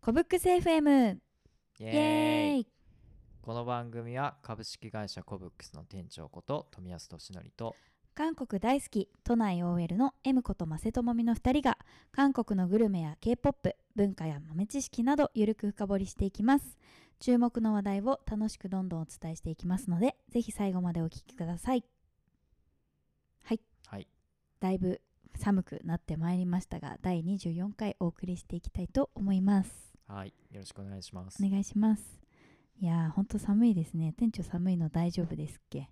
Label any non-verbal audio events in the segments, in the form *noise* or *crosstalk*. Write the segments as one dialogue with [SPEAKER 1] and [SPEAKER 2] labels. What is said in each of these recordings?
[SPEAKER 1] コブックス FM
[SPEAKER 2] イ
[SPEAKER 1] イ
[SPEAKER 2] エ
[SPEAKER 1] エ
[SPEAKER 2] ー
[SPEAKER 1] ー
[SPEAKER 2] イ
[SPEAKER 1] イ
[SPEAKER 2] この番組は株式会社コブックスの店長こと富安俊則と
[SPEAKER 1] 韓国大好き都内 OL の M ことマセトモミの2人が韓国のグルメや K-POP 文化や豆知識などゆるく深掘りしていきます注目の話題を楽しくどんどんお伝えしていきますのでぜひ最後までお聞きください
[SPEAKER 2] はい
[SPEAKER 1] だいぶ寒くなってまいりましたが第24回お送りしていきたいと思います
[SPEAKER 2] はいよろしくお願いします
[SPEAKER 1] お願いしますいやーほんと寒いですね店長寒いの大丈夫ですっけ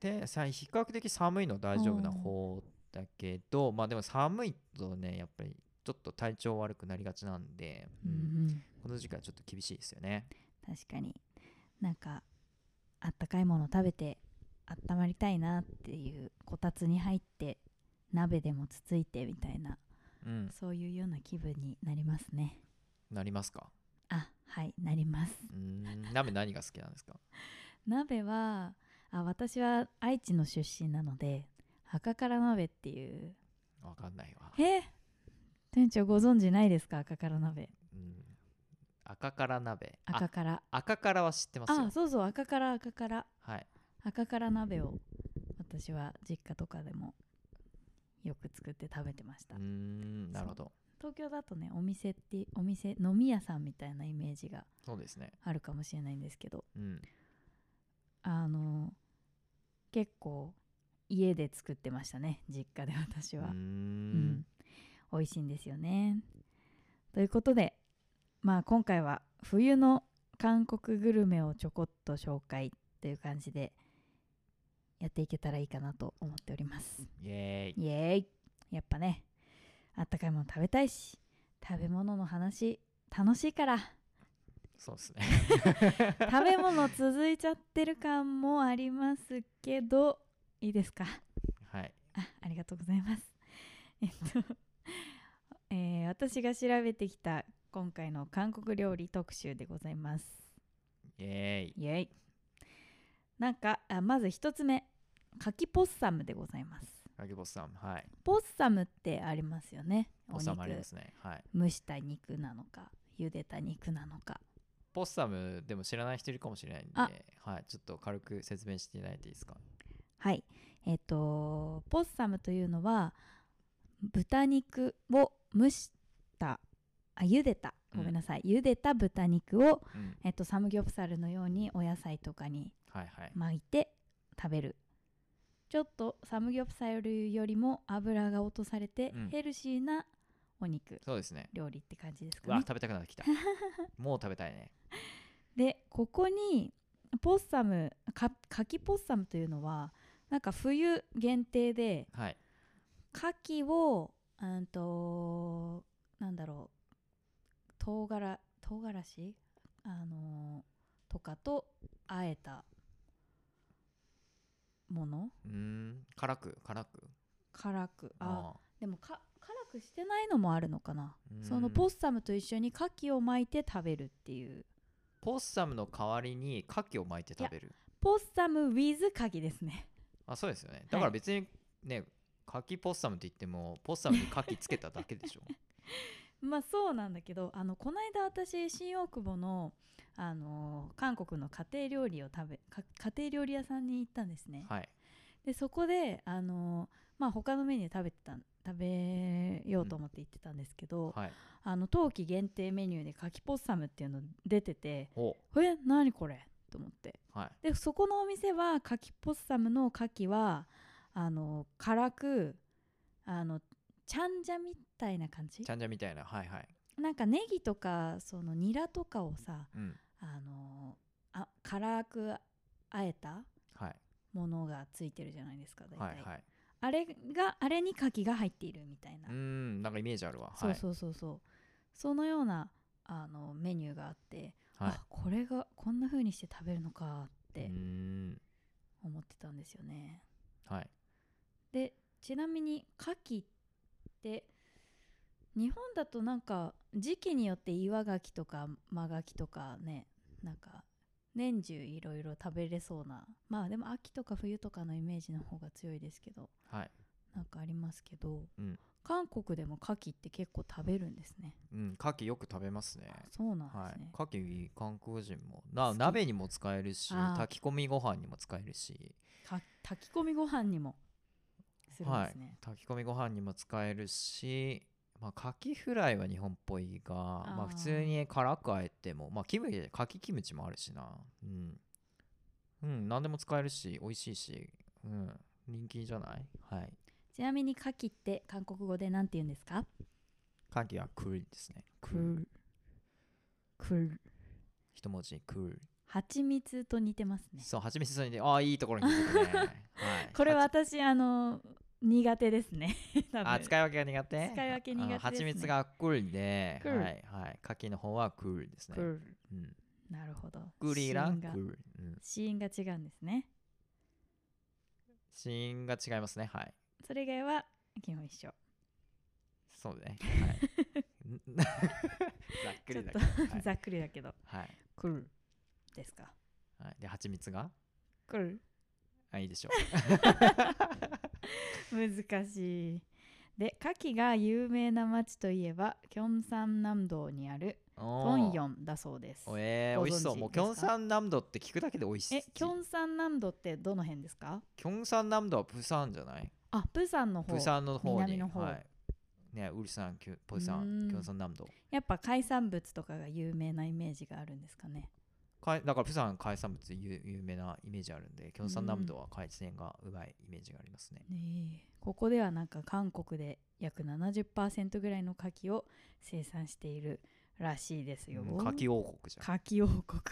[SPEAKER 2] でさ比較的寒いの大丈夫な方だけどまあでも寒いとねやっぱりちょっと体調悪くなりがちなんで、
[SPEAKER 1] う
[SPEAKER 2] うん
[SPEAKER 1] うんん
[SPEAKER 2] この時期はちょっと厳しいですよね
[SPEAKER 1] 確かになんかあったかいもの食べてあったまりたいなっていうこたつに入って鍋でもつついてみたいな
[SPEAKER 2] うん
[SPEAKER 1] そういうような気分になりますね
[SPEAKER 2] なりますか
[SPEAKER 1] あはいなります
[SPEAKER 2] うーん鍋何が好きなんですか
[SPEAKER 1] 鍋はあ私は愛知の出身なので赤から鍋っていう
[SPEAKER 2] わかんないわ、
[SPEAKER 1] え店長ご存知ないですか赤から鍋
[SPEAKER 2] うん、赤から鍋あ
[SPEAKER 1] 赤から
[SPEAKER 2] 赤からは知ってます
[SPEAKER 1] あ
[SPEAKER 2] よ
[SPEAKER 1] そうそう赤から赤から
[SPEAKER 2] はい
[SPEAKER 1] 赤から鍋を私は実家とかでもよく作って食べてまし
[SPEAKER 2] う
[SPEAKER 1] た
[SPEAKER 2] ーんなるほど
[SPEAKER 1] 東京だとねお店ってお店飲み屋さんみたいなイメージが
[SPEAKER 2] そうですね
[SPEAKER 1] あるかもしれないんですけど
[SPEAKER 2] うん
[SPEAKER 1] あの結構家で作ってましたね実家で私は、
[SPEAKER 2] うー
[SPEAKER 1] うんん美味しいんですよねということでまあ今回は冬の韓国グルメをちょこっと紹介という感じでやっていけたらいいかなと思っております
[SPEAKER 2] イエーイ
[SPEAKER 1] イエーイやっぱねあったかいもの食べたいし食べ物の話楽しい
[SPEAKER 2] *laughs*
[SPEAKER 1] から
[SPEAKER 2] そうですね *laughs*
[SPEAKER 1] 食べ物続いちゃってる感もありますけどいいですか
[SPEAKER 2] はい
[SPEAKER 1] あありがとうございますえっと、えー私が調べてきた今回の韓国料理特集でございます
[SPEAKER 2] イエーイ
[SPEAKER 1] イエイなんかあまず一つ目柿ポッサムでございます
[SPEAKER 2] あげぼさんはい
[SPEAKER 1] ポッサムってありますよね
[SPEAKER 2] ポッサムあり
[SPEAKER 1] お
[SPEAKER 2] ま
[SPEAKER 1] 肉
[SPEAKER 2] すねはい
[SPEAKER 1] 蒸した肉なのか茹でた肉なのか
[SPEAKER 2] ポッサムでも知らない人いるかもしれないん
[SPEAKER 1] あ
[SPEAKER 2] ではいちょっと軽く説明していただいていいですか
[SPEAKER 1] はいえっ、とポッサムというのは豚肉を蒸したあ茹でたごめんなさい、茹でた豚肉を、
[SPEAKER 2] うん
[SPEAKER 1] えっとサムギョプサルのようにお野菜とかに
[SPEAKER 2] はいはい
[SPEAKER 1] 巻いて食べるちょっとサムギョプサルよりも油が落とされて
[SPEAKER 2] うん
[SPEAKER 1] ヘルシーなお肉、
[SPEAKER 2] そうですね
[SPEAKER 1] 料理って感じです
[SPEAKER 2] う
[SPEAKER 1] か
[SPEAKER 2] わ
[SPEAKER 1] ね
[SPEAKER 2] 食べたくなって
[SPEAKER 1] *laughs*
[SPEAKER 2] きたもう食べたいね
[SPEAKER 1] でここにポッサムか柿ポッサムというのはなんか冬限定で
[SPEAKER 2] はい
[SPEAKER 1] 牡蠣をうんとなんだろう唐辛唐辛子あのーとかとあえたもの
[SPEAKER 2] うーん辛く辛く
[SPEAKER 1] 辛くあ
[SPEAKER 2] あ
[SPEAKER 1] でもか辛くしてないのもあるのかな
[SPEAKER 2] ーうーん
[SPEAKER 1] そのポッサムと一緒に牡蠣を巻いて食べるっていう
[SPEAKER 2] ポッサムの代わりに牡蠣を巻いて食べる
[SPEAKER 1] ポッサム with 牡蠣ですね
[SPEAKER 2] あそうですよねだから別にね牡蠣ポッサムって言ってもポッサムに牡蠣つけただけ
[SPEAKER 1] *laughs*
[SPEAKER 2] でしょ
[SPEAKER 1] まあそうなんだけどあのこの間私新大久保の、あのー韓国の家庭料理を食べか家庭料理屋さんに行ったんですね、
[SPEAKER 2] はい
[SPEAKER 1] でそこで、あのーまあ、他のメニュー食べてた食べようと思って行ってたんですけど、
[SPEAKER 2] はい
[SPEAKER 1] あの冬季限定メニューでカキポッサムっていうの出てて
[SPEAKER 2] お
[SPEAKER 1] え何これと思って
[SPEAKER 2] はい
[SPEAKER 1] でそこのお店はカキポッサムのカキはあの辛くあのちゃんじゃみたいな感じ
[SPEAKER 2] ちゃんじゃみたいなはいはい
[SPEAKER 1] なんかネギとかそのニラとかをさ
[SPEAKER 2] うん
[SPEAKER 1] あのあ辛くあえた
[SPEAKER 2] はい
[SPEAKER 1] ものがついてるじゃないですか大体、
[SPEAKER 2] はいはい
[SPEAKER 1] あれがあれにカキが入っているみたいな
[SPEAKER 2] うーんなんかイメージあるわ
[SPEAKER 1] そ
[SPEAKER 2] は
[SPEAKER 1] う
[SPEAKER 2] い
[SPEAKER 1] そうそうそう、そのようなあのメニューがあって、
[SPEAKER 2] はい
[SPEAKER 1] あこれがこんな風にして食べるのかっ
[SPEAKER 2] うー
[SPEAKER 1] て
[SPEAKER 2] ん
[SPEAKER 1] 思ってたんですよね、
[SPEAKER 2] はい
[SPEAKER 1] でちなみに牡蠣って日本だとなんか時期によって岩牡蠣とか真牡蠣とかねなんか年中いろいろ食べれそうなまあでも秋とか冬とかのイメージの方が強いですけど
[SPEAKER 2] はい
[SPEAKER 1] なんかありますけど、
[SPEAKER 2] うん
[SPEAKER 1] 韓国でも牡蠣って結構食べるんですね
[SPEAKER 2] うん牡蠣よく食べますね
[SPEAKER 1] そうなん
[SPEAKER 2] は
[SPEAKER 1] です
[SPEAKER 2] い
[SPEAKER 1] ね、
[SPEAKER 2] 牡蠣韓国人も
[SPEAKER 1] 好
[SPEAKER 2] な
[SPEAKER 1] き
[SPEAKER 2] 鍋にも使えるし
[SPEAKER 1] あー
[SPEAKER 2] 炊き込みご飯にも使えるし
[SPEAKER 1] か炊き込みご飯にもするん
[SPEAKER 2] は
[SPEAKER 1] です
[SPEAKER 2] い
[SPEAKER 1] ね、
[SPEAKER 2] 炊き込みご飯にも使えるしまあ牡蠣フライは日本っぽいがまあ普通に辛くあえてもまあキムチ牡蠣キムチもあるしなうんうん何でも使えるし美味しいしうん人気じゃないはい
[SPEAKER 1] ちなみに牡蠣って韓国語でなんて言うんですか
[SPEAKER 2] 牡蠣はクールですね
[SPEAKER 1] クールクール
[SPEAKER 2] 一文字クール
[SPEAKER 1] 蜂蜜と似てますね
[SPEAKER 2] そう蜂蜜それでああいいところに気づ
[SPEAKER 1] *laughs*
[SPEAKER 2] くねはい
[SPEAKER 1] これは私あの苦手ですね多分
[SPEAKER 2] *laughs* あ使い分けが苦手
[SPEAKER 1] 使い分け苦手ですね
[SPEAKER 2] あ蜂蜜がクールで、
[SPEAKER 1] クール
[SPEAKER 2] はいはい。牡蠣の方はクールですね。
[SPEAKER 1] クール
[SPEAKER 2] うん、
[SPEAKER 1] なるほど
[SPEAKER 2] クリラ
[SPEAKER 1] 子
[SPEAKER 2] ク
[SPEAKER 1] 音
[SPEAKER 2] ー
[SPEAKER 1] が
[SPEAKER 2] ル、うん。
[SPEAKER 1] 子音が違うんですね
[SPEAKER 2] シーンが違いますね。はい。
[SPEAKER 1] それ以外は基本一緒
[SPEAKER 2] そうね。
[SPEAKER 1] *laughs*
[SPEAKER 2] はい、ざっく
[SPEAKER 1] ちょっ
[SPEAKER 2] りだけ
[SPEAKER 1] と
[SPEAKER 2] ど。はい
[SPEAKER 1] ざっくりだけど
[SPEAKER 2] はい
[SPEAKER 1] クールですか
[SPEAKER 2] はい、で蜂蜜が
[SPEAKER 1] クール
[SPEAKER 2] あいいでしょ
[SPEAKER 1] 難しいで牡蠣が有名な町といえばキョンサン南道にある
[SPEAKER 2] う。
[SPEAKER 1] *laughs* トン
[SPEAKER 2] ン。
[SPEAKER 1] ヨンだそうです
[SPEAKER 2] えー、
[SPEAKER 1] ご存知
[SPEAKER 2] 美味しそう。もう
[SPEAKER 1] で
[SPEAKER 2] キ
[SPEAKER 1] すか
[SPEAKER 2] ョンサン南道って聞くだけで美味しい。
[SPEAKER 1] えキョンサン南道ってどの辺ですか
[SPEAKER 2] キョンサン南道はプサンじゃない
[SPEAKER 1] あプサンの方
[SPEAKER 2] プサンの方に。
[SPEAKER 1] 南の方
[SPEAKER 2] はい、ねウルサン、キュプサ
[SPEAKER 1] う
[SPEAKER 2] ン
[SPEAKER 1] ん、
[SPEAKER 2] キョンサン南道。
[SPEAKER 1] やっぱ海産物とかが有名なイメージがあるんですかね
[SPEAKER 2] かいだからプサン海産物有有名なイメージあるんで京山南道は海鮮がうまいイメージがありますね、
[SPEAKER 1] ねえここではなんか韓国で約70%ぐらいの牡蠣を生産しているらしいですよ。
[SPEAKER 2] うん牡蠣王国じゃん
[SPEAKER 1] 牡蠣王国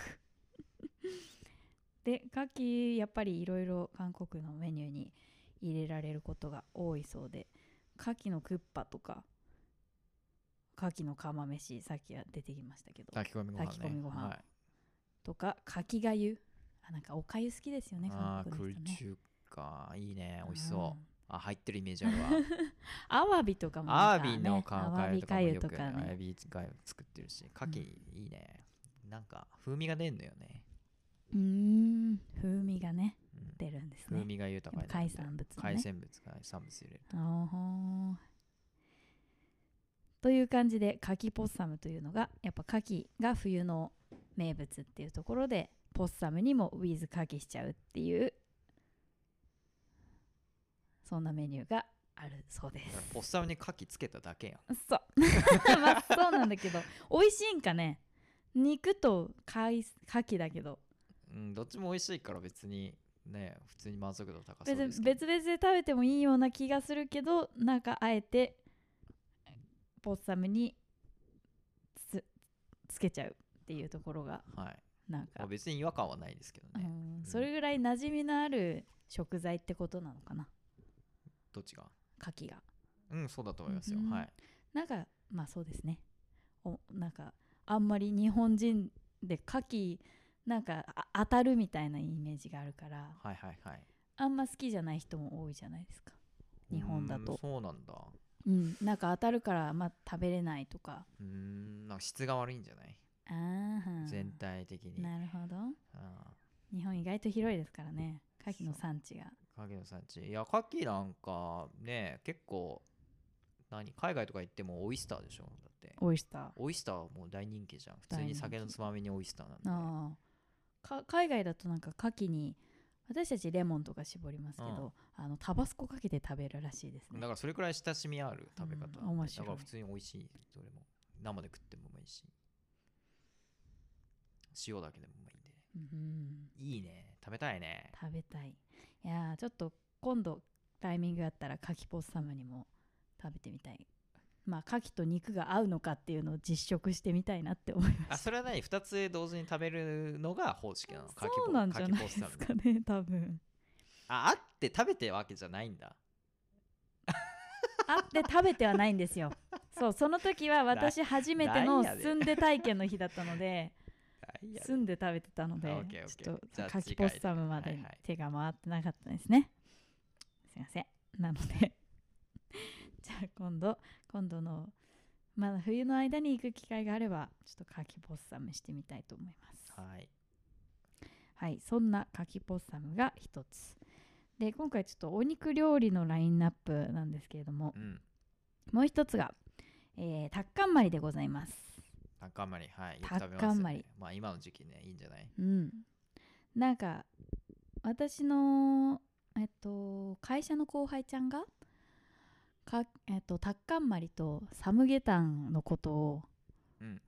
[SPEAKER 1] *laughs* で牡蠣やっぱりいろいろ韓国のメニューに入れられることが多いそうで牡蠣のクッパとか牡蠣の釜飯さっきは出てきましたけど
[SPEAKER 2] 炊き込みご飯ね
[SPEAKER 1] 炊き込みご飯
[SPEAKER 2] はい、
[SPEAKER 1] とか牡蠣がゆあなんかおかゆ好きですよね
[SPEAKER 2] あ
[SPEAKER 1] 韓
[SPEAKER 2] あー
[SPEAKER 1] 国の
[SPEAKER 2] 空
[SPEAKER 1] 人ね
[SPEAKER 2] 中かいいね美味し
[SPEAKER 1] う
[SPEAKER 2] そうんあ入ってるイメージ
[SPEAKER 1] *laughs*
[SPEAKER 2] あるわ
[SPEAKER 1] アワビとかもなん
[SPEAKER 2] アワ
[SPEAKER 1] かね
[SPEAKER 2] ビの顔
[SPEAKER 1] アワビか
[SPEAKER 2] かゆ
[SPEAKER 1] ゆ
[SPEAKER 2] と
[SPEAKER 1] とか
[SPEAKER 2] かもよくア
[SPEAKER 1] ね
[SPEAKER 2] ワビが作ってるし牡蠣いいね、なんか風味が出んのよね、
[SPEAKER 1] うーん風味がね
[SPEAKER 2] うん
[SPEAKER 1] 出るんです
[SPEAKER 2] 風
[SPEAKER 1] ね
[SPEAKER 2] 味が豊か
[SPEAKER 1] やっ
[SPEAKER 2] に
[SPEAKER 1] ぱ
[SPEAKER 2] なるん
[SPEAKER 1] 海
[SPEAKER 2] で
[SPEAKER 1] 産物の
[SPEAKER 2] 海
[SPEAKER 1] ね
[SPEAKER 2] 鮮物海産物入れる
[SPEAKER 1] あーほーという感じで牡蠣ポッサムというのがやっぱ牡蠣が冬の名物っていうところでポッサムにもウィズ牡蠣しちゃうっていうそんなメニューがあるそうで
[SPEAKER 2] だ
[SPEAKER 1] *laughs*
[SPEAKER 2] からポッサムに牡蠣つけただけやん
[SPEAKER 1] すそう *laughs* まあそうなんだけど美味しいんかね肉と海牡蠣だけど
[SPEAKER 2] うん、どっちも美味しいから別にね普通に満足度高そ
[SPEAKER 1] 別
[SPEAKER 2] うで
[SPEAKER 1] に
[SPEAKER 2] すけど
[SPEAKER 1] 別々で食べてもいいような気がするけどなんかあえてポッサムにつつけちゃうっていうところが
[SPEAKER 2] はい
[SPEAKER 1] なん
[SPEAKER 2] ま
[SPEAKER 1] か、
[SPEAKER 2] あ、別に違和感はないですけど
[SPEAKER 1] う
[SPEAKER 2] ね、
[SPEAKER 1] んそれぐらい馴染みのある食材ってことなのかな
[SPEAKER 2] どっちが
[SPEAKER 1] 牡蠣が
[SPEAKER 2] うんそうだと思いますよ、
[SPEAKER 1] うん
[SPEAKER 2] はい
[SPEAKER 1] なんかまあそうですねおなんかあんまり日本人で牡蠣なんかあ当たるみたいなイメージがあるから
[SPEAKER 2] はいはいはい
[SPEAKER 1] あんま好きじゃない人も多いじゃないですか日本だ
[SPEAKER 2] うーん
[SPEAKER 1] と
[SPEAKER 2] そうなんだ
[SPEAKER 1] うん、なんか当たるから、まあ、食べれないとか
[SPEAKER 2] うーんなんか質が悪いんじゃない、
[SPEAKER 1] あー
[SPEAKER 2] 全体的に
[SPEAKER 1] なるほど
[SPEAKER 2] あ
[SPEAKER 1] 日本意外と広いですからね牡蠣の
[SPEAKER 2] そう
[SPEAKER 1] 産地が
[SPEAKER 2] ー牡蠣の産地いや牡蠣なんかね結構何海外とか行ってもオイスターでしょだって
[SPEAKER 1] オイスターあ
[SPEAKER 2] オイスターはもう大人気じゃん普通
[SPEAKER 1] 大人
[SPEAKER 2] に
[SPEAKER 1] 気
[SPEAKER 2] 酒のつまみにオイスターなん
[SPEAKER 1] あ
[SPEAKER 2] で
[SPEAKER 1] か海外だとなんか牡蠣に私たちレモンとか絞りますけど、あのタバスコかけて食べるらしいですね
[SPEAKER 2] だからそれくらい親しみある食べ方なんで、
[SPEAKER 1] うん面白い
[SPEAKER 2] だから普通に美味しいどれも生で食ってもうまいし塩だけでもうまいんで
[SPEAKER 1] うん、
[SPEAKER 2] いいね食べた
[SPEAKER 1] *laughs*
[SPEAKER 2] いね
[SPEAKER 1] 食べたいいやーちょっと今度タイミングがあったら牡蠣ポッサムにも食べてみたいまあ牡蠣と肉が合うのかっていうのを実食してみたいなって思いま
[SPEAKER 2] あ
[SPEAKER 1] し
[SPEAKER 2] それは何2つ同時に食べるのが方式なの
[SPEAKER 1] たそうなんじゃないで
[SPEAKER 2] 牡蠣ポッ
[SPEAKER 1] す
[SPEAKER 2] サム
[SPEAKER 1] かね多分
[SPEAKER 2] ああって食べてわけじゃないんだ
[SPEAKER 1] あって食べてはないんです *laughs* よそうその時は私初めての
[SPEAKER 2] なんやで
[SPEAKER 1] 住んで体験の日だったので
[SPEAKER 2] いや
[SPEAKER 1] 住んで食べてたので
[SPEAKER 2] あオッケーオッケー
[SPEAKER 1] ちょっ
[SPEAKER 2] じゃあ
[SPEAKER 1] とカキポッサムま
[SPEAKER 2] は
[SPEAKER 1] で
[SPEAKER 2] いはい
[SPEAKER 1] 手が回ってなかったですね、すいませんなので *laughs* じゃあ今度今度のまだ冬の間に行く機会があればちょっとカキポッサムしてみたいと思います
[SPEAKER 2] はい
[SPEAKER 1] はい、そんなカキポッサムが一つで今回ちょっとお肉料理のラインナップなんですけれども
[SPEAKER 2] うん
[SPEAKER 1] もう一つが、えー、タッカンマリでございます。
[SPEAKER 2] タッカンマリはいよく
[SPEAKER 1] タッカ
[SPEAKER 2] 食
[SPEAKER 1] ン
[SPEAKER 2] べますよね
[SPEAKER 1] マリ
[SPEAKER 2] まあ今の時期ねいいんじゃない
[SPEAKER 1] うん、なんか私の、えっと、会社の後輩ちゃんがか、えっと、タッカンマリとサムゲタンのことを
[SPEAKER 2] うん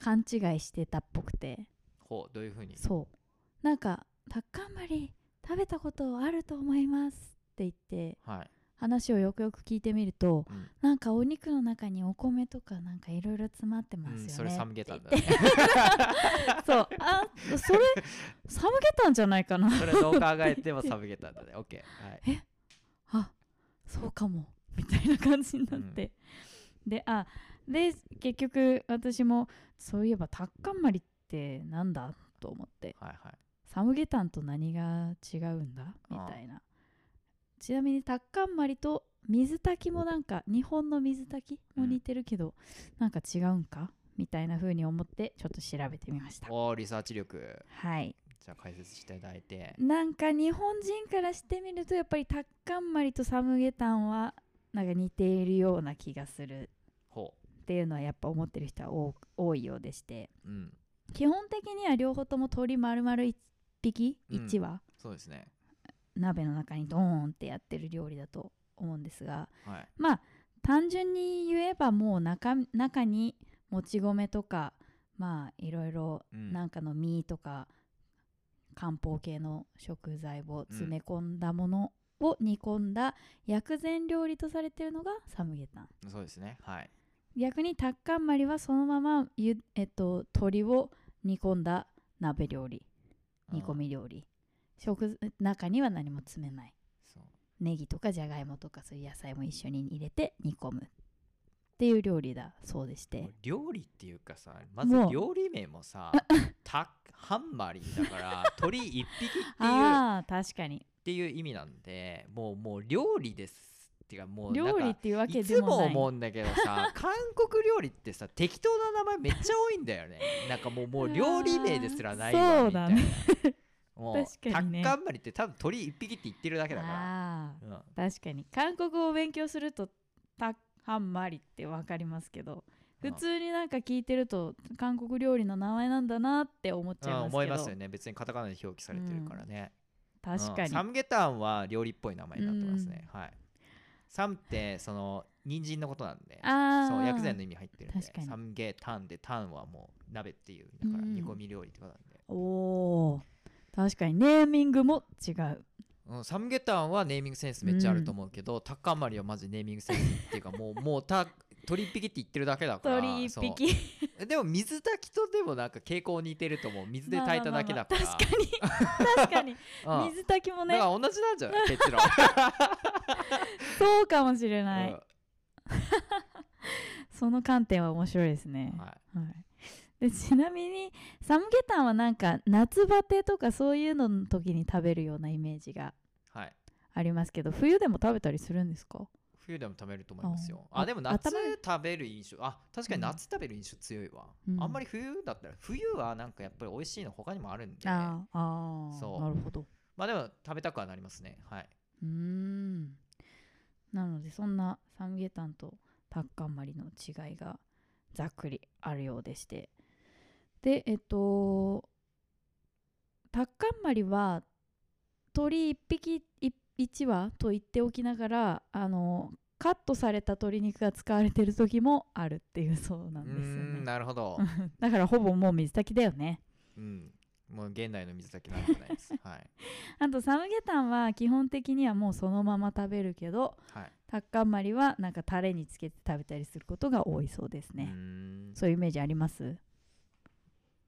[SPEAKER 1] 勘違いしてたっぽくて、
[SPEAKER 2] ほうどういうふうに
[SPEAKER 1] そうなんか「タッカンマリ食べたことあると思います」って言って
[SPEAKER 2] はい、
[SPEAKER 1] 話をよくよく聞いてみると
[SPEAKER 2] うん
[SPEAKER 1] なんかお肉の中にお米とかなんかいろいろ詰まってますよ
[SPEAKER 2] う
[SPEAKER 1] ね、
[SPEAKER 2] ん、それサムゲタン
[SPEAKER 1] って *laughs*
[SPEAKER 2] だね
[SPEAKER 1] 言ってそうあそ
[SPEAKER 2] *laughs*
[SPEAKER 1] れサムゲタンじゃないかな
[SPEAKER 2] それどう考えてもサムゲタンだね OK はい
[SPEAKER 1] あそうかもみたいな感じになって、であで結局私もそういえばタッカンマリってなんだと思って
[SPEAKER 2] はいはい
[SPEAKER 1] サムゲタンと何が違うんだみたいなちなみにタッカンマリと水炊きもなんか日本の水炊きも似てるけど、なんか違うんかみたいな風に思ってちょっと調べてみました
[SPEAKER 2] おーリサーチ力
[SPEAKER 1] はい
[SPEAKER 2] じゃあ解説していただいて
[SPEAKER 1] なんか日本人からしてみるとやっぱりタッカンマリとサムゲタンはなんか似ているような気がする
[SPEAKER 2] ほ
[SPEAKER 1] っていうのはやっぱ思ってる人は多く多いようでして
[SPEAKER 2] ううん
[SPEAKER 1] 基本的には両方とも鳥丸々1匹
[SPEAKER 2] うん
[SPEAKER 1] 1羽、
[SPEAKER 2] そうですね
[SPEAKER 1] 鍋の中にドーンってやってる料理だと思うんですが
[SPEAKER 2] はい
[SPEAKER 1] まあ単純に言えばもう中中にもち米とかまあいろいろ
[SPEAKER 2] うん
[SPEAKER 1] なんかの実とか漢方系の食材を詰め込んだものを煮込んだ薬膳料理とされているのがサムゲタン
[SPEAKER 2] そうですねはい
[SPEAKER 1] 逆にタッカンマリはそのままゆ、えっと、鶏を煮込んだ鍋料理
[SPEAKER 2] うん
[SPEAKER 1] 煮込み料理食中には何も詰めない
[SPEAKER 2] そう
[SPEAKER 1] ネギとかじゃがいもとかそういう野菜も一緒に入れて煮込むっていう料理だそうでして
[SPEAKER 2] もう料理っていうかさまず
[SPEAKER 1] もう
[SPEAKER 2] 料理名もさタッハンマリーだから
[SPEAKER 1] *laughs*
[SPEAKER 2] 鳥一匹っていうっ
[SPEAKER 1] ああ確かに
[SPEAKER 2] ていう意味なんでもうもう料理ですっていうかもうなん
[SPEAKER 1] 料
[SPEAKER 2] か
[SPEAKER 1] 理っていうわけ
[SPEAKER 2] い
[SPEAKER 1] で
[SPEAKER 2] つも
[SPEAKER 1] もない
[SPEAKER 2] 思うんだけど
[SPEAKER 1] *laughs*
[SPEAKER 2] さ韓国料理ってさ適当な名前めっちゃ多いんだよねなんかもうもう料理名ですらないわ
[SPEAKER 1] そう
[SPEAKER 2] みた
[SPEAKER 1] だ
[SPEAKER 2] いな
[SPEAKER 1] ね *laughs*
[SPEAKER 2] もう
[SPEAKER 1] 確かにね
[SPEAKER 2] タッカンマリって多分鳥一匹って言ってるだけだか
[SPEAKER 1] ああ
[SPEAKER 2] ら、うん、
[SPEAKER 1] 確かに韓国語を勉強するとタッハンマリって分かりますけど
[SPEAKER 2] う
[SPEAKER 1] 普
[SPEAKER 2] ん
[SPEAKER 1] 通になんか聞いてると韓国料理の名前なんだなって思っちゃい
[SPEAKER 2] うん
[SPEAKER 1] ますけど、
[SPEAKER 2] 思いますよね別にカタカナで表記されてるからね、
[SPEAKER 1] 確
[SPEAKER 2] う
[SPEAKER 1] か
[SPEAKER 2] ん
[SPEAKER 1] に、
[SPEAKER 2] サムゲタンは料理っぽい名前になってますね、はいサムってその人参のことなんで
[SPEAKER 1] あー
[SPEAKER 2] そう薬膳の意味入ってるんで
[SPEAKER 1] 確かに
[SPEAKER 2] サムゲタンでタンはもう鍋っていうだから
[SPEAKER 1] うん
[SPEAKER 2] 煮込み料理ってことなんで、
[SPEAKER 1] おおー確かにネーミングも違う
[SPEAKER 2] うん、サムゲタンはネーミングセンスめっちゃあると思うけど、タッカンマリはマジネーミングセンスっていうかもう *laughs* もうた鳥一匹って言ってるだけだから
[SPEAKER 1] 鳥一匹
[SPEAKER 2] そうでも水炊きとでもなんか傾向似てると思う水で炊いただけだから、
[SPEAKER 1] まあまあまあま
[SPEAKER 2] *laughs*
[SPEAKER 1] あ確かに確か
[SPEAKER 2] うん
[SPEAKER 1] に水炊きもね
[SPEAKER 2] だから同じなんじ
[SPEAKER 1] *laughs*
[SPEAKER 2] ゃない結論、
[SPEAKER 1] そうかもしれない、
[SPEAKER 2] うん
[SPEAKER 1] その観点は面白いですね、
[SPEAKER 2] はい
[SPEAKER 1] はい、でちなみにサムゲタンはなんか夏バテとかそういうのの時に食べるようなイメージが
[SPEAKER 2] はい
[SPEAKER 1] ありますけど冬でも食べたりするんですか
[SPEAKER 2] 冬でも食べると思いますよ。
[SPEAKER 1] あ
[SPEAKER 2] あでも夏
[SPEAKER 1] 頭に
[SPEAKER 2] 食べる印象あ確かに夏食べる印象強いわ、
[SPEAKER 1] うん
[SPEAKER 2] あんまり冬だったら冬はなんかやっぱり美味しいの他にもあるんでま
[SPEAKER 1] あーあー
[SPEAKER 2] そう
[SPEAKER 1] なるほど
[SPEAKER 2] あでも食べたくはなりますねはいう
[SPEAKER 1] ーんなのでそんなサムゲタンとタッカンマリの違いがざっくりあるようでしてでえっとタッカンマリは鳥1匹1羽と言っておきながらあのカットされた鶏肉が使われてる時もあるっていうそうな
[SPEAKER 2] うんー
[SPEAKER 1] ですよ
[SPEAKER 2] ん
[SPEAKER 1] ね
[SPEAKER 2] なるほど、
[SPEAKER 1] だからほぼもう水炊きだよね
[SPEAKER 2] うん、もう現代の水炊きなんじゃない
[SPEAKER 1] *laughs*
[SPEAKER 2] ですはい
[SPEAKER 1] あとサムゲタンは基本的にはもうそのまま食べるけど
[SPEAKER 2] はい
[SPEAKER 1] タッカンマリはなんかタレにつけて食べたりすることが多いそうです
[SPEAKER 2] うー
[SPEAKER 1] ね、
[SPEAKER 2] ん
[SPEAKER 1] そういうイメージあります、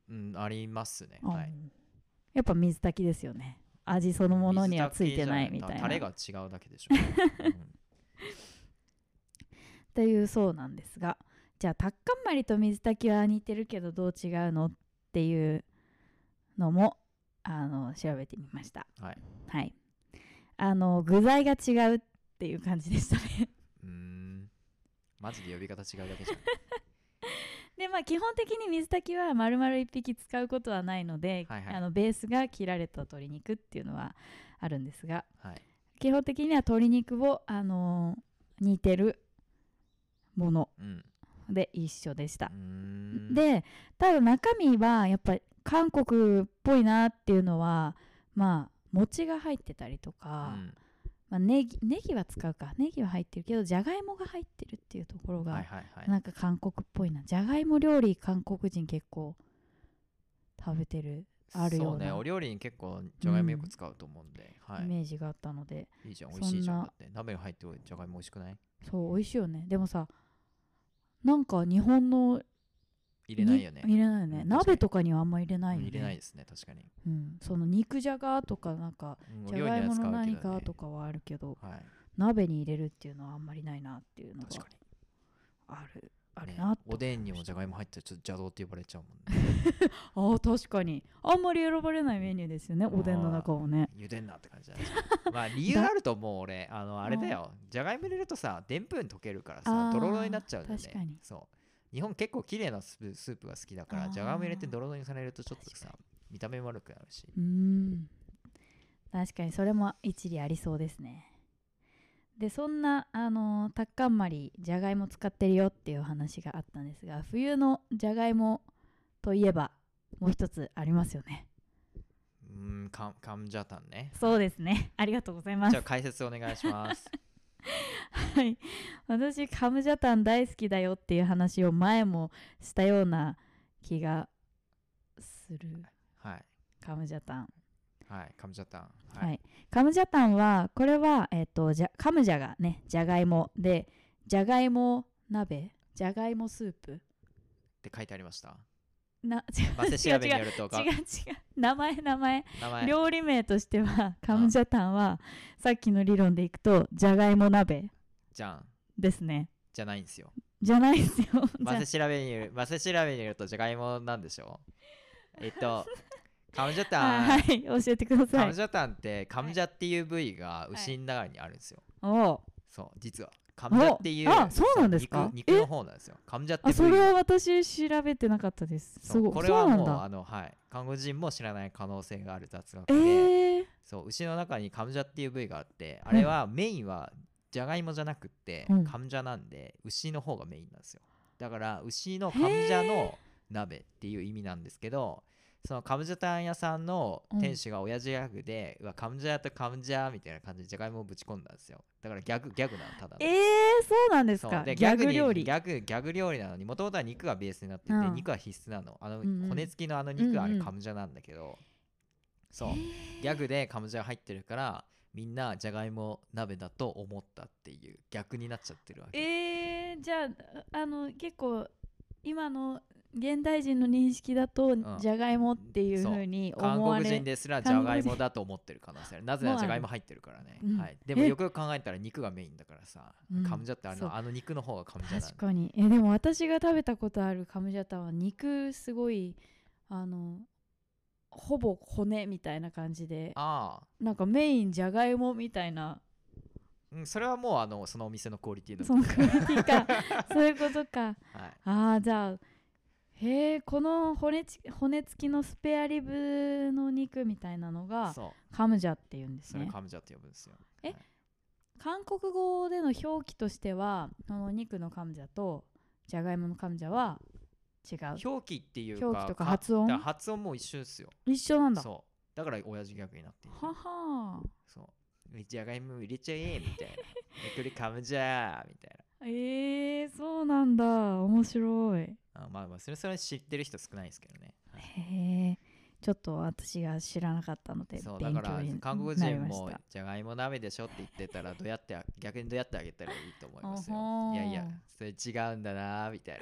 [SPEAKER 2] うんありますねはい
[SPEAKER 1] うんやっぱ水炊きですよね味そのものにはついてないみたい
[SPEAKER 2] 水
[SPEAKER 1] な
[SPEAKER 2] 炊きじゃないタレが違うだけでしょ、うん
[SPEAKER 1] っていうそうなんですがじゃあタッカンマリと水炊きは似てるけどどう違うのっていうのもあの調べてみました
[SPEAKER 2] はい、
[SPEAKER 1] はいあの具材が違うっていう感じでしたね
[SPEAKER 2] うーんマジで呼び方違うだけじ
[SPEAKER 1] でまあ基本的に水炊きは丸々1匹使うことはないので、
[SPEAKER 2] はいはい
[SPEAKER 1] あのベースが切られた鶏肉っていうのはあるんですが
[SPEAKER 2] ゃんはい
[SPEAKER 1] 基本的には鶏肉を、あのー煮てるもの
[SPEAKER 2] うん
[SPEAKER 1] で一緒でした
[SPEAKER 2] うー。ん、
[SPEAKER 1] でただ中身はやっぱり韓国っぽいなっていうのはまあ餅が入ってたりと
[SPEAKER 2] う
[SPEAKER 1] か、
[SPEAKER 2] ん
[SPEAKER 1] まあ、ネギネギは使うかネギは入ってるけどじゃがいもが入ってるっていうところが、
[SPEAKER 2] はいはいはい
[SPEAKER 1] なんか韓国っぽいなじゃがいも料理韓国人結構食べてるあるような
[SPEAKER 2] そうねお料理に結構じゃがいもよく使うと思うんで、は
[SPEAKER 1] イ
[SPEAKER 2] い
[SPEAKER 1] メージがあったので、
[SPEAKER 2] いいじゃん
[SPEAKER 1] そん
[SPEAKER 2] 美
[SPEAKER 1] な
[SPEAKER 2] 味しいじゃんだって鍋に入ってじゃがいも美味しくない
[SPEAKER 1] そう美味しいよねでもさなんか日本の
[SPEAKER 2] 入れないよね
[SPEAKER 1] に入れないよね
[SPEAKER 2] うん確かに
[SPEAKER 1] 鍋とかにはあんま入れないよね
[SPEAKER 2] 入れないですね確かに、
[SPEAKER 1] うん、その肉じゃがとかなんか
[SPEAKER 2] うん、お
[SPEAKER 1] じゃ
[SPEAKER 2] 料理
[SPEAKER 1] がい
[SPEAKER 2] に
[SPEAKER 1] も
[SPEAKER 2] は使
[SPEAKER 1] の
[SPEAKER 2] うけ
[SPEAKER 1] 何か
[SPEAKER 2] ど、ね
[SPEAKER 1] と、かはあるけど
[SPEAKER 2] はい
[SPEAKER 1] 鍋に入れるっていうのはあんまりないなっていうのが
[SPEAKER 2] 確かに
[SPEAKER 1] あるある
[SPEAKER 2] ね
[SPEAKER 1] なって
[SPEAKER 2] おでんにもじゃがいも入ってちょっと邪道って呼ばれちゃうも
[SPEAKER 1] *laughs*
[SPEAKER 2] んね
[SPEAKER 1] ああ確かにあんまり選ばれないメニューですよねおでんの中をね
[SPEAKER 2] 茹でんなって感じだねまあ理由あるともう
[SPEAKER 1] *laughs*
[SPEAKER 2] 俺あのあれだよじゃがいも入れるとさでんぷん溶けるから
[SPEAKER 1] あ
[SPEAKER 2] さ
[SPEAKER 1] ー
[SPEAKER 2] ドロドロになっちゃうんだよね
[SPEAKER 1] 確かに
[SPEAKER 2] そう日本結構綺麗なスープスープが好きだか
[SPEAKER 1] あ
[SPEAKER 2] ら
[SPEAKER 1] ー
[SPEAKER 2] じゃがいも入れてドロドロにされるとちょっとさ見た目悪くなるし
[SPEAKER 1] うーん確かにそれも一理ありそうですねでそんなあのータッカンマリじゃがいも使ってるよっていうお話があったんですが冬のじゃがいもといえばもう一つありますよね
[SPEAKER 2] うーんかんカムジャタ
[SPEAKER 1] *laughs*
[SPEAKER 2] ンね
[SPEAKER 1] そうですねありがとうございます
[SPEAKER 2] じゃあ解説お願いします
[SPEAKER 1] *laughs* はい、私カムジャタン大好きだよっていう話を前もしたような気がする
[SPEAKER 2] はい
[SPEAKER 1] カムジャタン、
[SPEAKER 2] はいカムジャタン
[SPEAKER 1] はいカムジャタンはこれは、えっとじゃカムジャがねじゃがいもでじゃがいも鍋じゃがいもスープ
[SPEAKER 2] って書いてありました
[SPEAKER 1] な違う
[SPEAKER 2] バセ調べによるとか
[SPEAKER 1] 違う違う名前名前、
[SPEAKER 2] 名前
[SPEAKER 1] 料理名としてはカムジャタンはさっきの理論でいくとじゃがいも鍋
[SPEAKER 2] じゃん
[SPEAKER 1] ですね
[SPEAKER 2] じゃないんですよ
[SPEAKER 1] じゃない
[SPEAKER 2] *laughs*
[SPEAKER 1] ですよ *laughs* じゃ
[SPEAKER 2] マセ調べによるマセ調べによるとじゃがいもなんでしょえっと
[SPEAKER 1] *laughs*
[SPEAKER 2] カムジャタン、
[SPEAKER 1] はいはい教えてくだ
[SPEAKER 2] カ
[SPEAKER 1] さ
[SPEAKER 2] ム
[SPEAKER 1] い
[SPEAKER 2] ジャタンってカムジャっていう部位が牛の中にあるんですよ、
[SPEAKER 1] おう
[SPEAKER 2] そう実はカムジャっていう
[SPEAKER 1] あそうなんですか
[SPEAKER 2] そう肉肉の方なんですよカムジャって
[SPEAKER 1] あ
[SPEAKER 2] 部
[SPEAKER 1] そ
[SPEAKER 2] 位
[SPEAKER 1] れは私調べてなかったです。
[SPEAKER 2] そう
[SPEAKER 1] すごい。
[SPEAKER 2] これは
[SPEAKER 1] そうな
[SPEAKER 2] も
[SPEAKER 1] ん
[SPEAKER 2] う
[SPEAKER 1] だ。
[SPEAKER 2] あのはい看護人も知らない可能性がある雑学
[SPEAKER 1] え
[SPEAKER 2] で、
[SPEAKER 1] ー、
[SPEAKER 2] そう牛の中にカムジャっていう部位があってあれはメインはじゃがいもじゃなくって、
[SPEAKER 1] うん
[SPEAKER 2] カムジャなんで牛の方がメインなんですよだから牛のカムジャの鍋っていう意味なんですけどそのカムジャタン屋さんの店主が親父ギャグで、うわカムジャとカムジャみたいな感じでじゃがいもをぶち込んだんですよだからギャグギャグなのただの
[SPEAKER 1] えー、そうなんです
[SPEAKER 2] そ
[SPEAKER 1] か
[SPEAKER 2] う。で
[SPEAKER 1] ギ
[SPEAKER 2] ギ
[SPEAKER 1] ャ
[SPEAKER 2] ャグ
[SPEAKER 1] グ
[SPEAKER 2] に
[SPEAKER 1] 料
[SPEAKER 2] ギ
[SPEAKER 1] 理。
[SPEAKER 2] ャグギャグ料理なのにもともとは肉がベースになってて、
[SPEAKER 1] うん
[SPEAKER 2] 肉は必須なのあの、
[SPEAKER 1] うんうん
[SPEAKER 2] 骨付きのあの肉はあ
[SPEAKER 1] うん
[SPEAKER 2] れ
[SPEAKER 1] うん
[SPEAKER 2] カムジャなんだけど、そうギャグでカムジャが入ってるからみんなじゃがいも鍋だと思ったっていう逆になっちゃってるわけ、
[SPEAKER 1] えー、じゃああの結構今の現代人の認識だと、
[SPEAKER 2] ん
[SPEAKER 1] じゃがいもっていうふうに
[SPEAKER 2] 韓
[SPEAKER 1] 思わ
[SPEAKER 2] 国
[SPEAKER 1] れる。
[SPEAKER 2] 人ですらじ
[SPEAKER 1] 韓
[SPEAKER 2] ゃ
[SPEAKER 1] 国人
[SPEAKER 2] がいもだと思ってる可能性あるなぜならじゃがいも入ってるからね、
[SPEAKER 1] うん
[SPEAKER 2] はい、でも
[SPEAKER 1] え
[SPEAKER 2] よくよく考えたら肉がメインだからさ、
[SPEAKER 1] うん
[SPEAKER 2] カムジャってあ
[SPEAKER 1] そう
[SPEAKER 2] のあの肉の方がカムジャなん
[SPEAKER 1] 確かに。えでも私が食べたことあるカムジャタンは肉すごいあのほぼ骨みたいな感じで
[SPEAKER 2] ああ
[SPEAKER 1] なんかメインじゃがいもみたいな
[SPEAKER 2] うん、それはもうあのそのお店のクオリティの
[SPEAKER 1] そのクオリティ
[SPEAKER 2] *laughs*
[SPEAKER 1] かそういうことか。 *laughs*
[SPEAKER 2] はい、
[SPEAKER 1] ああじゃあへえこの骨ち骨付きのスペアリブの肉みたいなのが
[SPEAKER 2] そう
[SPEAKER 1] カムジャっていうんです
[SPEAKER 2] それ
[SPEAKER 1] ね
[SPEAKER 2] カムジャって呼ぶんですよ
[SPEAKER 1] え
[SPEAKER 2] はい
[SPEAKER 1] 韓国語での表記としてはその肉のカムジャとじゃがいものカムジャは違う
[SPEAKER 2] 表記っていうか
[SPEAKER 1] 表記とか発音
[SPEAKER 2] だら発音も一緒ですよ
[SPEAKER 1] 一緒なんだは
[SPEAKER 2] そうだから親父ギャグになっている
[SPEAKER 1] は
[SPEAKER 2] そうじゃがいも入れちゃえみ
[SPEAKER 1] *laughs*
[SPEAKER 2] たいなゆっくり噛むじゃーみたい
[SPEAKER 1] えー、そうなんだ面白い
[SPEAKER 2] なあまあまあそれそれ知ってる人少ないですけどね、はい
[SPEAKER 1] へえちょっと私が知らなかったので
[SPEAKER 2] そうだ
[SPEAKER 1] 勉
[SPEAKER 2] か
[SPEAKER 1] 強
[SPEAKER 2] ら
[SPEAKER 1] に
[SPEAKER 2] 韓国
[SPEAKER 1] なり
[SPEAKER 2] 人
[SPEAKER 1] まし
[SPEAKER 2] も
[SPEAKER 1] た
[SPEAKER 2] じゃがいも鍋でしょって言ってたらどうやってあ逆にどうやってあげたらいいと思いますよ
[SPEAKER 1] あほー
[SPEAKER 2] いやいやそれ違うんだなーみ
[SPEAKER 1] *laughs*
[SPEAKER 2] たい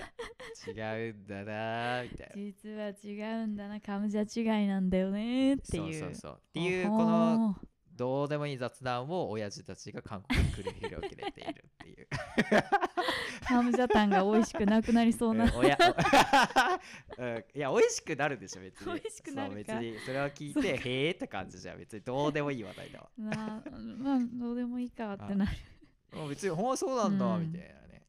[SPEAKER 2] な違うんだなーみたいな
[SPEAKER 1] 実は違うんだなカムジャ違いなんだよねーっていう
[SPEAKER 2] そうそうそうっていう
[SPEAKER 1] あ
[SPEAKER 2] この
[SPEAKER 1] はー
[SPEAKER 2] どうでもいい雑談を親父たちが韓国に繰り広げているっていう。
[SPEAKER 1] ハムジャタンが美味しくなくなりそうな
[SPEAKER 2] *laughs* 親 *laughs* うんいや美味しくなるでしょ別に
[SPEAKER 1] 美味しくなるか
[SPEAKER 2] そう別にそれを聞いてへえって感じじゃん別にどうでもいい話題だわ
[SPEAKER 1] なあまあどうでもいいかってなる。
[SPEAKER 2] もう別にほんまそうなんだ
[SPEAKER 1] うん
[SPEAKER 2] みたいなね、、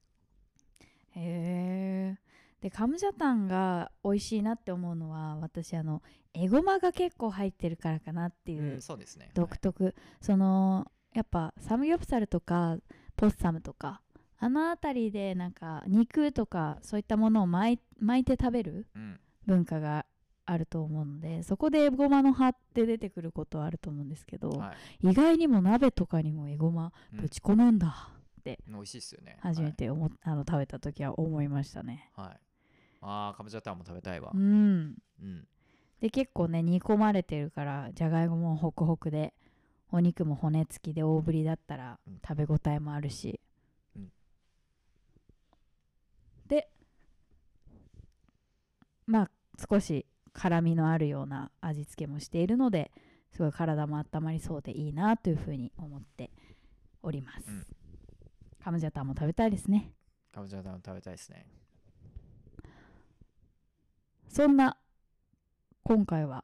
[SPEAKER 1] へえ。でカムジャタンが美味しいなって思うのは私あのエゴマが結構入ってるからかなっていううん
[SPEAKER 2] そうですね
[SPEAKER 1] 独特、そのやっぱサムギョプサルとかポッサムとかああの辺りでなんか肉とかそういったものを巻い巻いて食べる
[SPEAKER 2] うん
[SPEAKER 1] 文化があると思うのでそこでエゴマの葉って出てくることはあると思うんですけど、
[SPEAKER 2] は
[SPEAKER 1] 意外にも鍋とかにもエゴマ
[SPEAKER 2] うん
[SPEAKER 1] ぶち込むんだ、
[SPEAKER 2] い、美味しいっすよね
[SPEAKER 1] 初めて思っあの食べた時は思いましたね。
[SPEAKER 2] はい、はい、あーかぼちゃタンも食べたいわ
[SPEAKER 1] うん、
[SPEAKER 2] うん
[SPEAKER 1] で結構ね煮込まれてるからじゃがいももホクホクでお肉も骨付きで大ぶりだったら
[SPEAKER 2] うん
[SPEAKER 1] 食べ応えもあるし、
[SPEAKER 2] うん
[SPEAKER 1] でまあ少し辛みのあるような味付けもしているのですごい体も温まりそうでいいなというふうに思っております、
[SPEAKER 2] うん
[SPEAKER 1] カムジャタンも食べたいですね
[SPEAKER 2] かぼちゃタンも食べたいですね
[SPEAKER 1] そんな今回は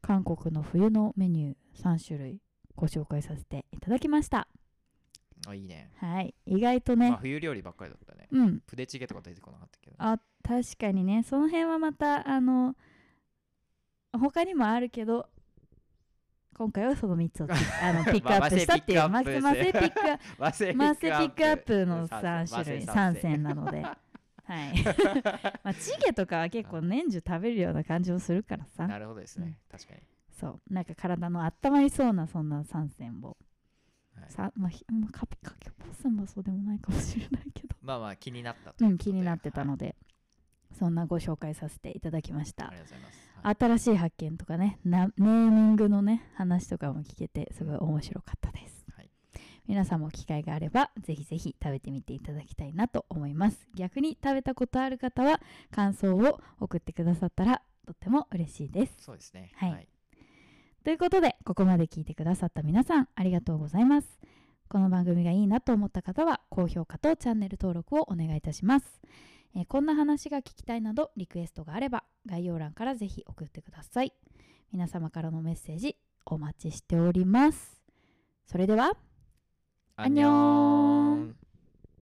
[SPEAKER 1] 韓国の冬のメニュー3種類ご紹介させていただきました。
[SPEAKER 2] あいいね
[SPEAKER 1] はい、意外と
[SPEAKER 2] まあ
[SPEAKER 1] ね、
[SPEAKER 2] 冬料理ばっかりだったね
[SPEAKER 1] うん、
[SPEAKER 2] プデチゲとか出てこなかったけど
[SPEAKER 1] あ確かにね、その辺はまたあの他にもあるけど、今回はその3つをピッあのピックアップしたっていう、
[SPEAKER 2] まあ
[SPEAKER 1] マ
[SPEAKER 2] マセ
[SPEAKER 1] セマセピ
[SPEAKER 2] ピ
[SPEAKER 1] ックアッ
[SPEAKER 2] マセ
[SPEAKER 1] プマセピックアップの3
[SPEAKER 2] 三
[SPEAKER 1] 種類
[SPEAKER 2] 三
[SPEAKER 1] 3選なので、はい。まあ、チゲとかは結構年中食べるような感じもするからさ。
[SPEAKER 2] なるほどですね、確かに
[SPEAKER 1] そうなんか体の温まりそうなそんな参戦を、
[SPEAKER 2] はい
[SPEAKER 1] さまあ、ひまあカピカキポッサンはそうでもないかもしれないけど
[SPEAKER 2] まあまあ気になったと
[SPEAKER 1] う
[SPEAKER 2] い
[SPEAKER 1] ん
[SPEAKER 2] ことで
[SPEAKER 1] 気になってたので、そんなご紹介させていただきまし
[SPEAKER 2] はい
[SPEAKER 1] た
[SPEAKER 2] ありがとうございます、はい
[SPEAKER 1] 新しい発見とかねなネーミングのね話とかも聞けてすごい面白かったです、
[SPEAKER 2] はい
[SPEAKER 1] 皆さんも機会があればぜひぜひ食べてみていただきたいなと思います逆に食べたことある方は感想を送ってくださったらとっても嬉しいです
[SPEAKER 2] そうですね
[SPEAKER 1] はいということでここまで聞いてくださった皆さんありがとうございますこの番組がいいなと思った方は高評価とチャンネル登録をお願いいたします、えーこんな話が聞きたいなどリクエストがあれば概要欄からぜひ送ってください皆様からのメッセージお待ちしておりますそれでは
[SPEAKER 2] アンニョーン